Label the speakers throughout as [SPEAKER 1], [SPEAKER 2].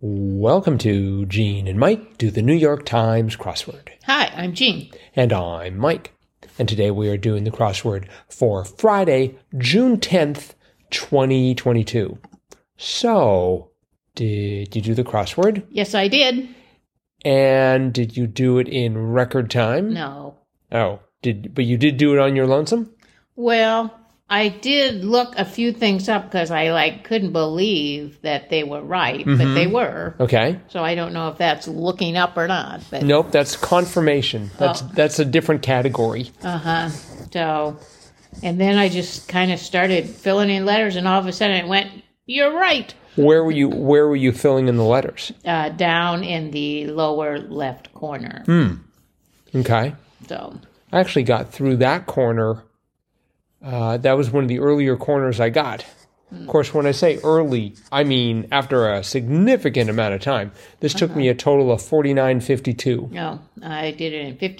[SPEAKER 1] Welcome to Gene and Mike do the New York Times crossword.
[SPEAKER 2] Hi, I'm Jean.
[SPEAKER 1] And I'm Mike. And today we are doing the crossword for Friday, June 10th, 2022. So, did you do the crossword?
[SPEAKER 2] Yes, I did.
[SPEAKER 1] And did you do it in record time?
[SPEAKER 2] No.
[SPEAKER 1] Oh, did but you did do it on your lonesome?
[SPEAKER 2] Well, I did look a few things up because I like couldn't believe that they were right, but they were.
[SPEAKER 1] Okay.
[SPEAKER 2] So I don't know if that's looking up or not. But
[SPEAKER 1] Nope, that's confirmation. That's that's a different category.
[SPEAKER 2] uh huh. So, and then I just kind of started filling in letters, and all of a sudden it went. You're right.
[SPEAKER 1] Where were you where were you filling in the letters?
[SPEAKER 2] Uh, down in the lower left corner.
[SPEAKER 1] Okay.
[SPEAKER 2] So
[SPEAKER 1] I actually got through that corner. Uh, that was one of the earlier corners I got. Of course, when I say early, I mean after a significant amount of time. This took me a total of forty nine fifty two.
[SPEAKER 2] no, I did it in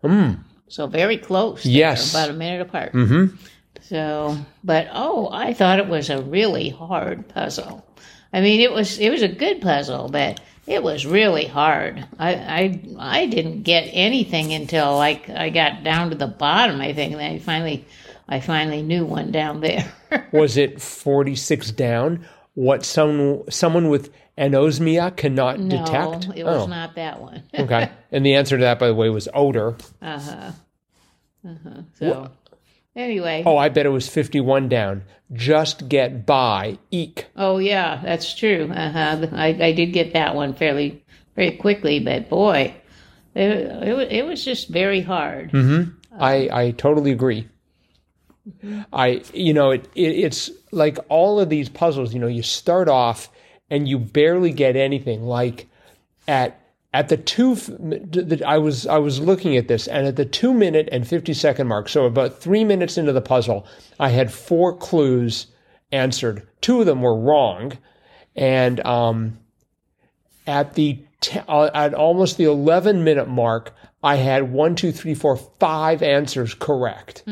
[SPEAKER 2] 50-40. So very close. there,
[SPEAKER 1] Mm. Yes.
[SPEAKER 2] about a minute apart. Mm-hmm. So, but oh, I thought it was a really hard puzzle. I mean, it was it was a good puzzle, but it was really hard. I I I didn't get anything until like I got down to the bottom. I think and I finally I finally knew one down there.
[SPEAKER 1] Was it forty six down? What some someone with anosmia cannot
[SPEAKER 2] no,
[SPEAKER 1] detect? Oh.
[SPEAKER 2] it was not that one.
[SPEAKER 1] okay. And the answer to that, by the way, was odor.
[SPEAKER 2] So anyway,
[SPEAKER 1] Oh, I bet it was fifty one down. Just get by. Eek.
[SPEAKER 2] Oh yeah, that's true. Uh-huh. I I did get that one fairly very quickly, but boy, it it, wa- it was just very hard.
[SPEAKER 1] I, I totally agree. I you know it, it it's like all of these puzzles you know you start off and you barely get anything like at at the two f- the- I was I was looking at this and at the 2 minute and 50 second mark so about 3 minutes into the puzzle I had four clues answered two of them were wrong and um at the te- uh, at almost the 11 minute mark i had one two three four five answers correct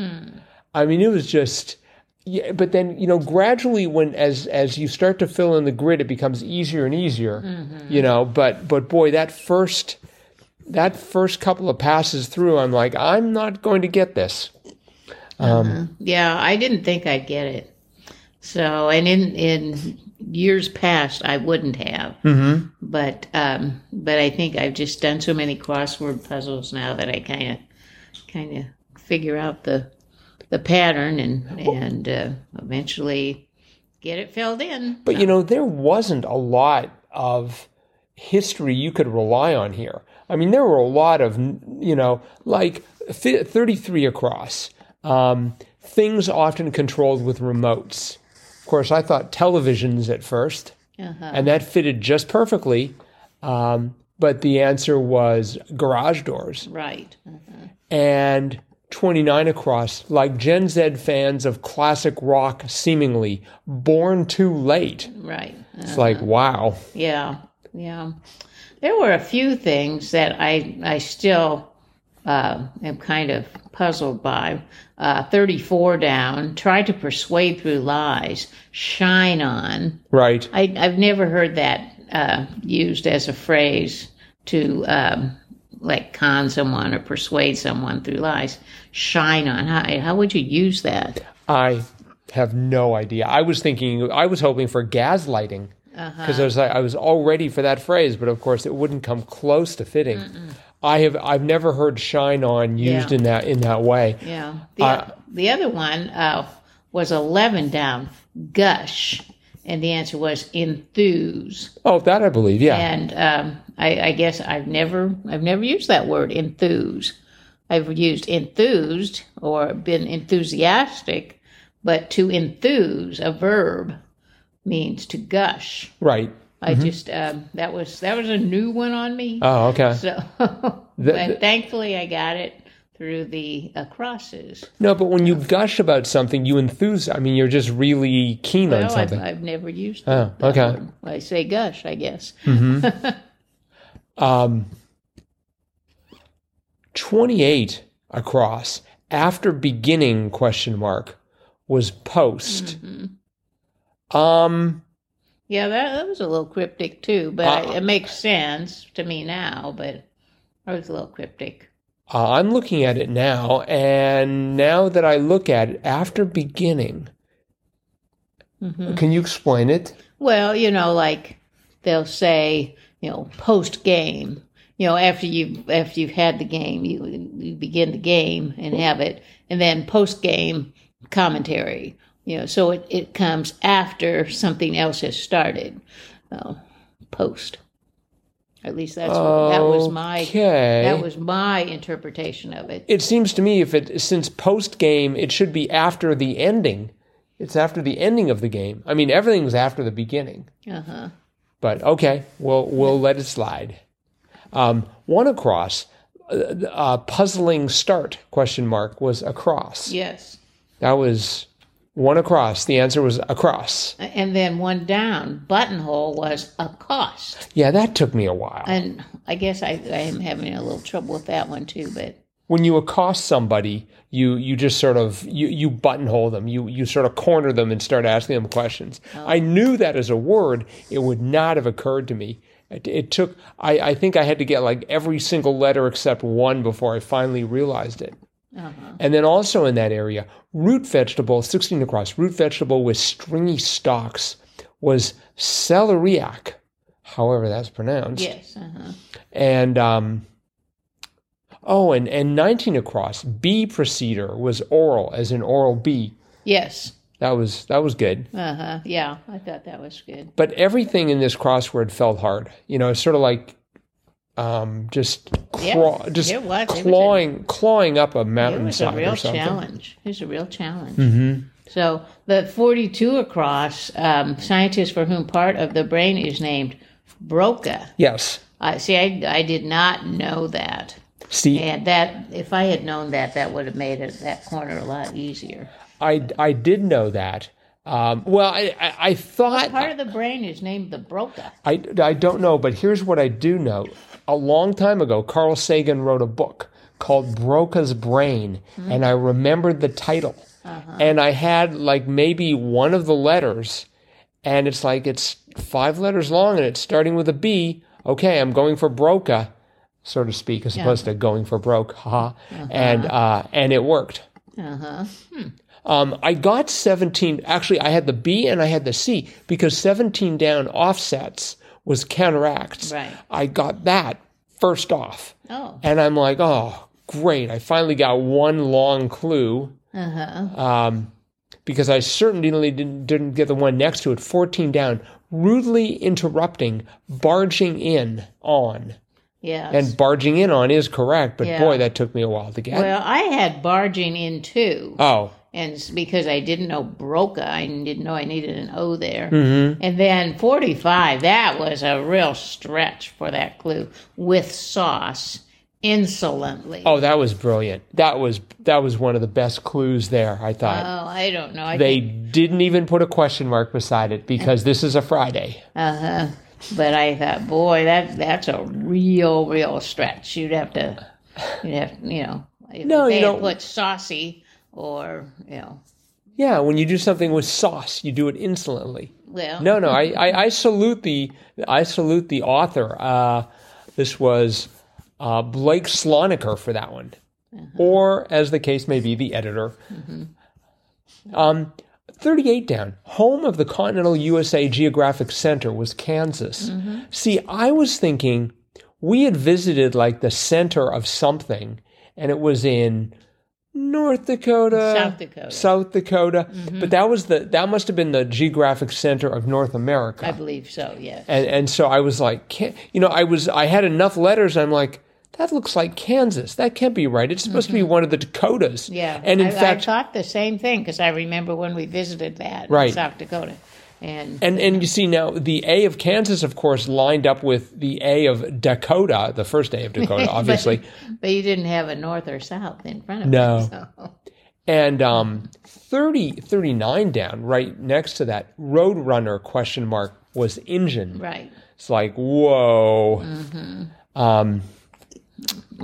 [SPEAKER 1] i mean it was just yeah, but then you know gradually when as as you start to fill in the grid it becomes easier and easier you know but but boy that first that first couple of passes through i'm like i'm not going to get this
[SPEAKER 2] Yeah, I didn't think I'd get it. So, and in in years past, I wouldn't have. Mm-hmm. But um, but I think I've just done so many crossword puzzles now that I kind of kind of figure out the the pattern and and uh, eventually get it filled in.
[SPEAKER 1] But you know, there wasn't a lot of history you could rely on here. I mean, there were a lot of, you know, like fi- 33 across, um, things often controlled with remotes. Of course, I thought televisions at 1st and that fitted just perfectly. Um, but the answer was garage doors
[SPEAKER 2] Right.
[SPEAKER 1] and 29 across, like Gen Z fans of classic rock, seemingly born too late.
[SPEAKER 2] Right.
[SPEAKER 1] It's like, wow.
[SPEAKER 2] Yeah. Yeah. There were a few things that I I still uh, am kind of puzzled by. Uh, 34 down, try to persuade through lies, shine on.
[SPEAKER 1] Right.
[SPEAKER 2] I, I've never heard that uh, used as a phrase to um, like con someone or persuade someone through lies. Shine on. How, how would you use that?
[SPEAKER 1] I have no idea. I was thinking, I was hoping for gaslighting because I was like, I was all ready for that phrase, but of course it wouldn't come close to fitting. I have, I've never heard shine on used
[SPEAKER 2] Yeah.
[SPEAKER 1] in that, in that way.
[SPEAKER 2] Yeah. The,
[SPEAKER 1] Uh,
[SPEAKER 2] the other one uh, was 11 down, gush. And the answer was enthuse.
[SPEAKER 1] Oh, that I believe. Yeah.
[SPEAKER 2] And um, I, I guess I've never, I've never used that word, enthuse. I've used enthused or been enthusiastic, but to enthuse, a verb, means to gush.
[SPEAKER 1] Right.
[SPEAKER 2] I just um, that was that was a new one on me.
[SPEAKER 1] Oh, okay.
[SPEAKER 2] so,
[SPEAKER 1] the-
[SPEAKER 2] but thankfully I got it through the uh, crosses.
[SPEAKER 1] No, but when you gush about something, you enthuse. I mean, you're just really keen on
[SPEAKER 2] No, I've,
[SPEAKER 1] something.
[SPEAKER 2] I've never used it. Um,
[SPEAKER 1] oh, okay.
[SPEAKER 2] I say gush, I guess.
[SPEAKER 1] Um, 28 across after beginning
[SPEAKER 2] Mm-hmm.
[SPEAKER 1] question mark was post um
[SPEAKER 2] Yeah, that, that was a little cryptic too, but
[SPEAKER 1] Uh,
[SPEAKER 2] I- it makes sense to me now. But I was a little cryptic.
[SPEAKER 1] Uh, I'm looking at it now, and now that I look at it after beginning,
[SPEAKER 2] hmm
[SPEAKER 1] can you explain it?
[SPEAKER 2] Well, you know, like they'll say, you know, post game. You know, after you after you've had the game, you you begin the game and have it, and then post game commentary. You know, so it, it comes after something else has started. Uh, post. At least that's that was my
[SPEAKER 1] okay.
[SPEAKER 2] that was my interpretation of it.
[SPEAKER 1] it seems to me if it since post game it should be after the ending. It's after the ending of the game. I mean, everything's after the beginning.
[SPEAKER 2] Uh huh.
[SPEAKER 1] But okay, we'll we'll let it slide. Um, one across, uh, uh, puzzling start question mark was across.
[SPEAKER 2] Yes.
[SPEAKER 1] That was one across. The answer was across.
[SPEAKER 2] And then one down, buttonhole was a cost.
[SPEAKER 1] Yeah, that took me a while.
[SPEAKER 2] And I guess I, I am having a little trouble with that one too, but
[SPEAKER 1] when you accost somebody, you you just sort of you you buttonhole them. You you sort of corner them and start asking them questions. I knew that as a word, it would not have occurred to me. It, it took I I think I had to get like every single letter except one before I finally realized it. And then also in that area, root vegetable, 16 across, root vegetable with stringy stalks was celeriac, however that's pronounced
[SPEAKER 2] yes. Uh-huh.
[SPEAKER 1] and um, oh, and and nineteen across B procedure was oral, as in oral B.
[SPEAKER 2] Yes.
[SPEAKER 1] That was that was good,
[SPEAKER 2] Uh huh. Yeah. I thought that was good.
[SPEAKER 1] but everything in this crossword felt hard. You know, it's sort of like um, just claw,
[SPEAKER 2] Yeah,
[SPEAKER 1] just
[SPEAKER 2] it was. It was a-
[SPEAKER 1] clawing clawing up a
[SPEAKER 2] It was
[SPEAKER 1] mountainside
[SPEAKER 2] a real
[SPEAKER 1] or something.
[SPEAKER 2] challenge. It was a real challenge. Mm-hmm. So the 42 across, um, scientists for whom part of the brain is named Broca.
[SPEAKER 1] Yes,
[SPEAKER 2] Uh, see, I, I did not know that.
[SPEAKER 1] see,
[SPEAKER 2] And that, if I had known that, that would have made it, that corner a lot easier.
[SPEAKER 1] I I did know that. Um, well, I I, I thought
[SPEAKER 2] Part of the brain is named the Broca.
[SPEAKER 1] I, I don't know, but here's what I do know. A long time ago, Carl Sagan wrote a book called Broca's Brain, and I remembered the title. And I had like maybe one of the letters, and it's like it's five letters long and it's starting with a B. Okay, I'm going for Broca, so to speak, as opposed to going for broke. Haha. And, uh, and it worked.
[SPEAKER 2] Uh huh.
[SPEAKER 1] Um, I got 17. Actually, I had the B and I had the C because 17 down offsets was counteracts.
[SPEAKER 2] Right.
[SPEAKER 1] I got that first off.
[SPEAKER 2] Oh.
[SPEAKER 1] And I'm like, oh, great. I finally got one long clue Um,
[SPEAKER 2] Uh huh.
[SPEAKER 1] because I certainly didn't, didn't get the one next to it. 14 down, rudely interrupting, barging in on.
[SPEAKER 2] Yes.
[SPEAKER 1] And barging in on is correct, but
[SPEAKER 2] Yeah.
[SPEAKER 1] boy, that took me a while to get.
[SPEAKER 2] well, I had barging in too,
[SPEAKER 1] oh,
[SPEAKER 2] and it's because I didn't know Broca, I didn't know I needed an O there. Mm-hmm. And then 45, that was a real stretch for that clue with sauce insolently.
[SPEAKER 1] oh, that was brilliant. That was that was one of the best clues there. I thought.
[SPEAKER 2] Oh, I don't know. I
[SPEAKER 1] They didn't even put a question mark beside it because this is a Friday.
[SPEAKER 2] Uh huh. But I thought, boy, that that's a real, real stretch. You'd have to, you'd have, you know, if
[SPEAKER 1] No, you
[SPEAKER 2] they had
[SPEAKER 1] don't-
[SPEAKER 2] put saucy or you know,
[SPEAKER 1] Yeah, when you do something with sauce, you do it insolently.
[SPEAKER 2] well,
[SPEAKER 1] No, no, I, I, I salute the I salute the author. Uh, this was uh, Blake Sloniker for that one,
[SPEAKER 2] Uh-huh.
[SPEAKER 1] or as the case may be, the editor.
[SPEAKER 2] Mm-hmm.
[SPEAKER 1] Um, Thirty-eight down. Home of the Continental USA Geographic Center was Kansas.
[SPEAKER 2] Mm-hmm.
[SPEAKER 1] See, I was thinking we had visited like the center of something, and it was in North Dakota,
[SPEAKER 2] South Dakota.
[SPEAKER 1] South Dakota.
[SPEAKER 2] Mm-hmm.
[SPEAKER 1] But that was the that must have been the geographic center of North America.
[SPEAKER 2] I believe so. Yes.
[SPEAKER 1] and and so I was like, can you know, I was I had enough letters. I'm like, that looks like Kansas. That can't be right. It's supposed to be one of the Dakotas.
[SPEAKER 2] Mm-hmm. Yeah.
[SPEAKER 1] And in
[SPEAKER 2] I,
[SPEAKER 1] fact,
[SPEAKER 2] I thought the same thing because I remember when we visited that
[SPEAKER 1] Right.
[SPEAKER 2] in South Dakota, and
[SPEAKER 1] and and you see now the A of Kansas, of course, lined up with the A of Dakota, the first A of Dakota, obviously.
[SPEAKER 2] but you didn't have a north or south in front of
[SPEAKER 1] No.
[SPEAKER 2] it. So.
[SPEAKER 1] and um 30 39 down right next to that roadrunner question mark was engine
[SPEAKER 2] Right. Mm.
[SPEAKER 1] It's like, whoa. Um,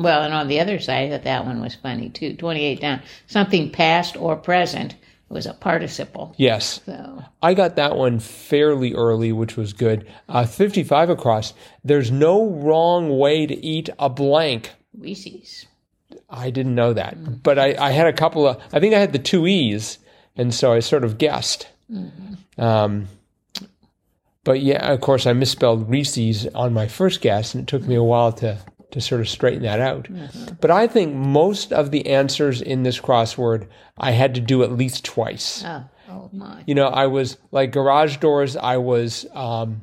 [SPEAKER 2] Well, and on the other side, I thought that one was funny too. 28 down. Something past or present was a participle.
[SPEAKER 1] Yes.
[SPEAKER 2] So
[SPEAKER 1] I got that one fairly early, which was good. Uh, 55 across. There's no wrong way to eat a blank.
[SPEAKER 2] Reese's.
[SPEAKER 1] I didn't know that, but I, I had a couple of. I think I had the two E's, and so I sort of guessed. Um, but yeah, of course, I misspelled Reese's on my first guess, and it took me a while to to sort of straighten that out. But I think most of the answers in this crossword I had to do at least twice
[SPEAKER 2] Oh, oh my.
[SPEAKER 1] you know, I was like garage doors. I was, um,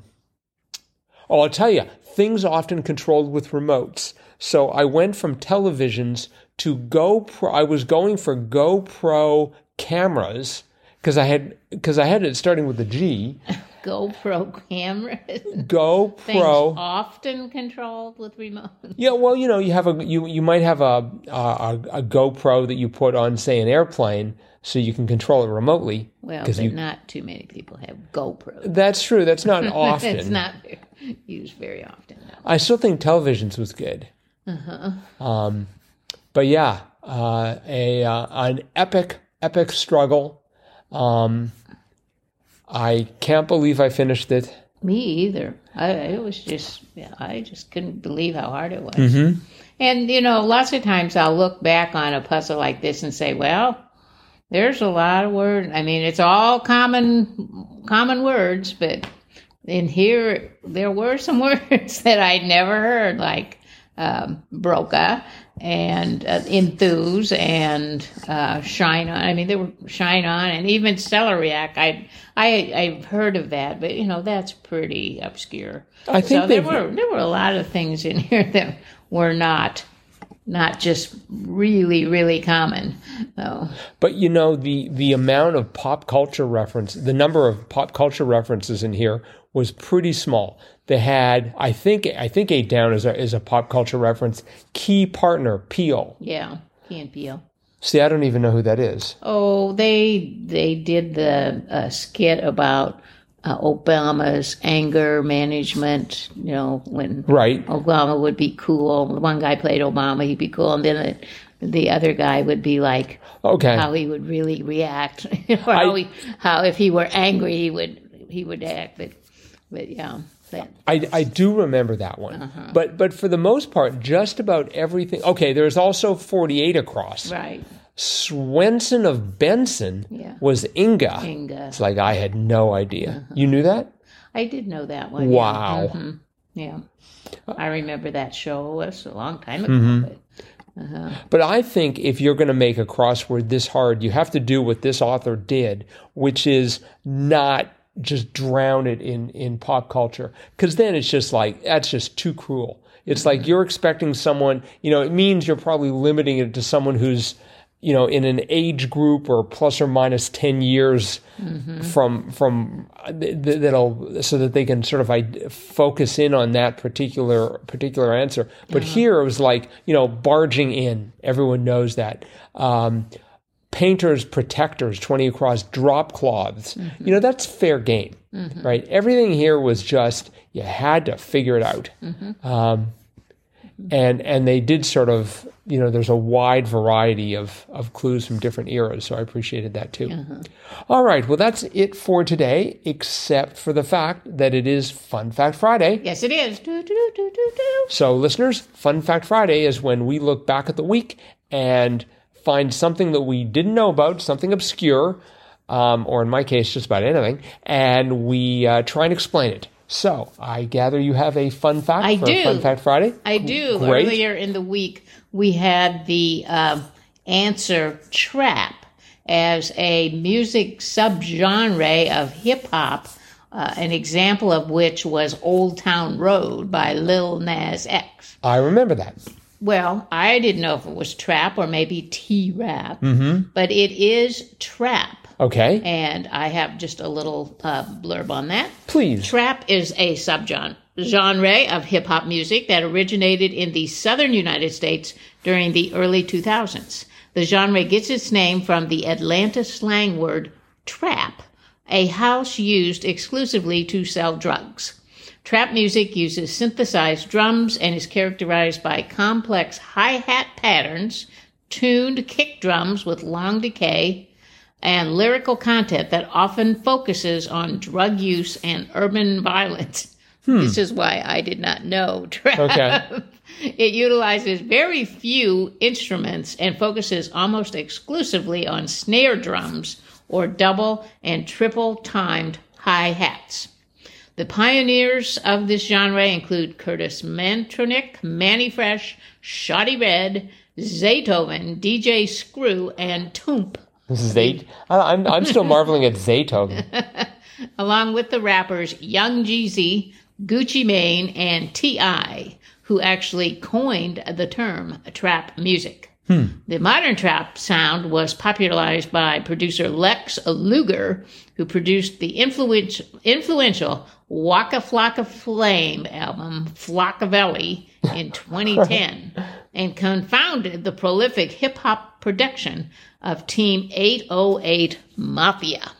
[SPEAKER 1] oh, I'll tell you, things often controlled with remotes. So I went from televisions to GoPro. I was going for GoPro cameras because I had because I had it starting with a G.
[SPEAKER 2] GoPro cameras.
[SPEAKER 1] GoPro.
[SPEAKER 2] Things often controlled with remote.
[SPEAKER 1] Yeah, well, you know, you have a you you might have a a, a GoPro that you put on, say, an airplane, so you can control it remotely.
[SPEAKER 2] Well,
[SPEAKER 1] 'Cause
[SPEAKER 2] but
[SPEAKER 1] you-
[SPEAKER 2] not too many people have GoPros.
[SPEAKER 1] That's true. That's not often.
[SPEAKER 2] It's not very- used very often. no.
[SPEAKER 1] I still think televisions was good. Um, but yeah, uh, a uh, an epic epic struggle. Um, I can't believe I finished it.
[SPEAKER 2] Me either. I, it was just, yeah, I just couldn't believe how hard it was. And, you know, lots of times I'll look back on a puzzle like this and say, well, there's a lot of word. I mean, it's all common, common words, but in here, there were some words that I'd never heard, like um, broca and uh, enthuse and uh, shine on. I mean, there were shine on and even celeriac. I I I've heard of that, but you know that's pretty obscure.
[SPEAKER 1] I think
[SPEAKER 2] so. There
[SPEAKER 1] they've-
[SPEAKER 2] were there were a lot of things in here that were not not just really really common. So
[SPEAKER 1] But you know the the amount of pop culture reference, the number of pop culture references in here was pretty small. They had, I think, I think eight down is a is a pop culture reference. Key partner Peel.
[SPEAKER 2] yeah, Key and Peele.
[SPEAKER 1] See, I don't even know who that is.
[SPEAKER 2] Oh, they they did the uh, skit about uh, Obama's anger management. You know, when
[SPEAKER 1] Right.
[SPEAKER 2] Obama would be cool. One guy played Obama, he'd be cool, and then the, the other guy would be like
[SPEAKER 1] Okay.
[SPEAKER 2] how he would really react, or how, he, how if he were angry he would he would act. But but yeah, that,
[SPEAKER 1] I, I do remember that one,
[SPEAKER 2] Uh-huh.
[SPEAKER 1] but but for the most part, just about everything. Okay, there's also 48 across.
[SPEAKER 2] right,
[SPEAKER 1] Swenson of Benson
[SPEAKER 2] Yeah.
[SPEAKER 1] was Inga.
[SPEAKER 2] Inga.
[SPEAKER 1] It's like I had no idea. You knew that?
[SPEAKER 2] I did know that one. yeah.
[SPEAKER 1] Wow.
[SPEAKER 2] Yeah, I remember that show. It was a long time ago. But
[SPEAKER 1] But I think if you're going to make a crossword this hard, you have to do what this author did, which is not just drown it in, in pop culture. Because then it's just like, that's just too cruel. It's like you're expecting someone, you know, it means you're probably limiting it to someone who's, you know, in an age group or plus or minus 10 years from, from uh, th- th- that'll, so that they can sort of id- focus in on that particular, particular answer. But here it was like, you know, barging in. Everyone knows that. Um, painters, protectors, 20 across, drop cloths. You know, that's fair game, right? Everything here was just, you had to figure it out. Um, and and they did sort of you know there's a wide variety of of clues from different eras so i appreciated that too
[SPEAKER 2] Uh-huh.
[SPEAKER 1] All right well that's it for today except for the fact that it is fun fact friday
[SPEAKER 2] yes, it is. Do, do, do, do, do.
[SPEAKER 1] so, listeners, Fun Fact Friday is when we look back at the week and find something that we didn't know about, something obscure, um, or in my case, just about anything, and we uh, try and explain it. So, I gather you have a fun fact
[SPEAKER 2] I
[SPEAKER 1] for
[SPEAKER 2] do.
[SPEAKER 1] Fun Fact Friday.
[SPEAKER 2] I do.
[SPEAKER 1] Great.
[SPEAKER 2] Earlier in the week, we had the um answer trap as a music subgenre of hip hop, uh, an example of which was Old Town Road by Lil Nas X.
[SPEAKER 1] I remember that.
[SPEAKER 2] Well, I didn't know if it was trap or maybe T rap, but it is trap.
[SPEAKER 1] Okay.
[SPEAKER 2] And I have just a little uh, blurb on that.
[SPEAKER 1] Please.
[SPEAKER 2] Trap is a subgenre genre of hip hop music that originated in the southern United States during the early 2000s. The genre gets its name from the Atlanta slang word trap, a house used exclusively to sell drugs. Trap music uses synthesized drums and is characterized by complex hi hat patterns, tuned kick drums with long decay, and lyrical content that often focuses on drug use and urban violence. This is why I did not know trap.
[SPEAKER 1] Okay.
[SPEAKER 2] It utilizes very few instruments and focuses almost exclusively on snare drums or double and triple timed hi hats. The pioneers of this genre include Curtis Mantronick, Manny Fresh, Shoddy Red, Zaytoven, DJ Screw, and Toomp.
[SPEAKER 1] Zayt. I- I'm I'm still marveling at Zaytoven.
[SPEAKER 2] along with the rappers Young Jeezy, Gucci Mane, and T.I., who actually coined the term trap music. The modern trap sound was popularized by producer Lex Luger, who produced the influence, influential Waka Flocka Flame album Flockavelli in 2010 and confounded the prolific hip hop production of Team 808 Mafia.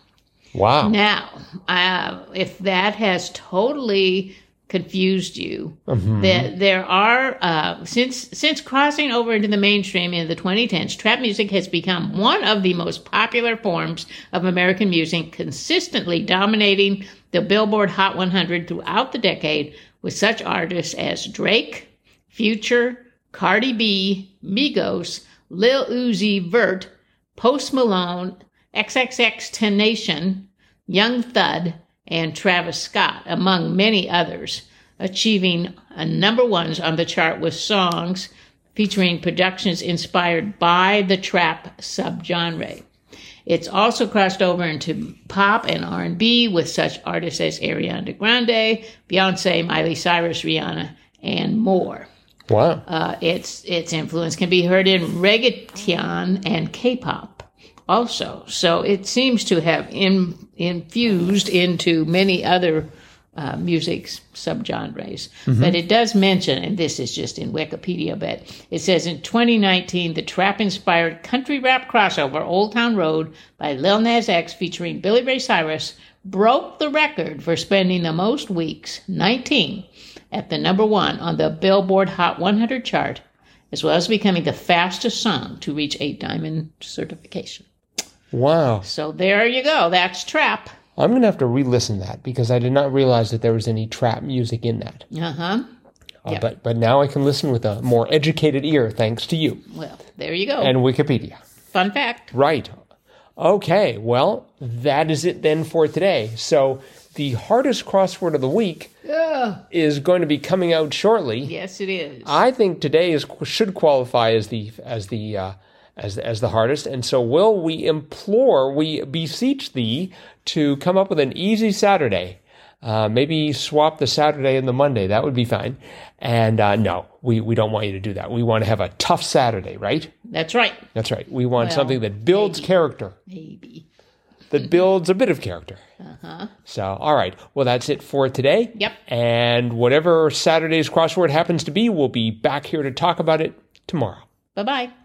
[SPEAKER 1] Wow.
[SPEAKER 2] Now, uh, if that has totally confused you, there, there are uh, since since crossing over into the mainstream in the 2010s, trap music has become one of the most popular forms of American music, consistently dominating the Billboard Hot 100 throughout the decade, with such artists as Drake, Future, Cardi B, Migos, Lil Uzi Vert, Post Malone, XXX Tenation, Young Thud, and Travis Scott, among many others, achieving uh, number ones on the chart with songs featuring productions inspired by the trap subgenre. It's also crossed over into pop and R&B with such artists as Ariana Grande, Beyonce, Miley Cyrus, Rihanna, and more.
[SPEAKER 1] Wow.
[SPEAKER 2] Uh, its its influence can be heard in reggaeton and K-pop also. So it seems to have in, infused into many other uh, music s- subgenres. But it does mention, and this is just in Wikipedia, but it says in 2019, the trap-inspired country rap crossover "Old Town Road" by Lil Nas X featuring Billy Ray Cyrus broke the record for spending the most weeks, 19, at the number one on the Billboard Hot 100 chart, as well as becoming the fastest song to reach a diamond certification.
[SPEAKER 1] Wow.
[SPEAKER 2] So there you go. That's trap.
[SPEAKER 1] I'm gonna have to re-listen that because I did not realize that there was any trap music in that.
[SPEAKER 2] Uh huh.
[SPEAKER 1] Uh,
[SPEAKER 2] Yeah.
[SPEAKER 1] But but now I can listen with a more educated ear thanks to you
[SPEAKER 2] Well, there you go.
[SPEAKER 1] and Wikipedia.
[SPEAKER 2] Fun fact.
[SPEAKER 1] Right. Okay. Well, that is it then for today. So the hardest crossword of the week is going to be coming out shortly.
[SPEAKER 2] Yes, it is.
[SPEAKER 1] I think today is should qualify as the as the uh, as as the hardest, and so will we implore, we beseech thee to come up with an easy Saturday. Uh, maybe swap the Saturday and the Monday. That would be fine. And uh, no, we we don't want you to do that. We want to have a tough Saturday, right?
[SPEAKER 2] That's right.
[SPEAKER 1] That's right. We want
[SPEAKER 2] Well,
[SPEAKER 1] something that builds character,
[SPEAKER 2] Maybe.
[SPEAKER 1] that builds a bit of character. So, all right. Well, that's it for today.
[SPEAKER 2] Yep.
[SPEAKER 1] And whatever Saturday's crossword happens to be, we'll be back here to talk about it tomorrow.
[SPEAKER 2] Bye bye.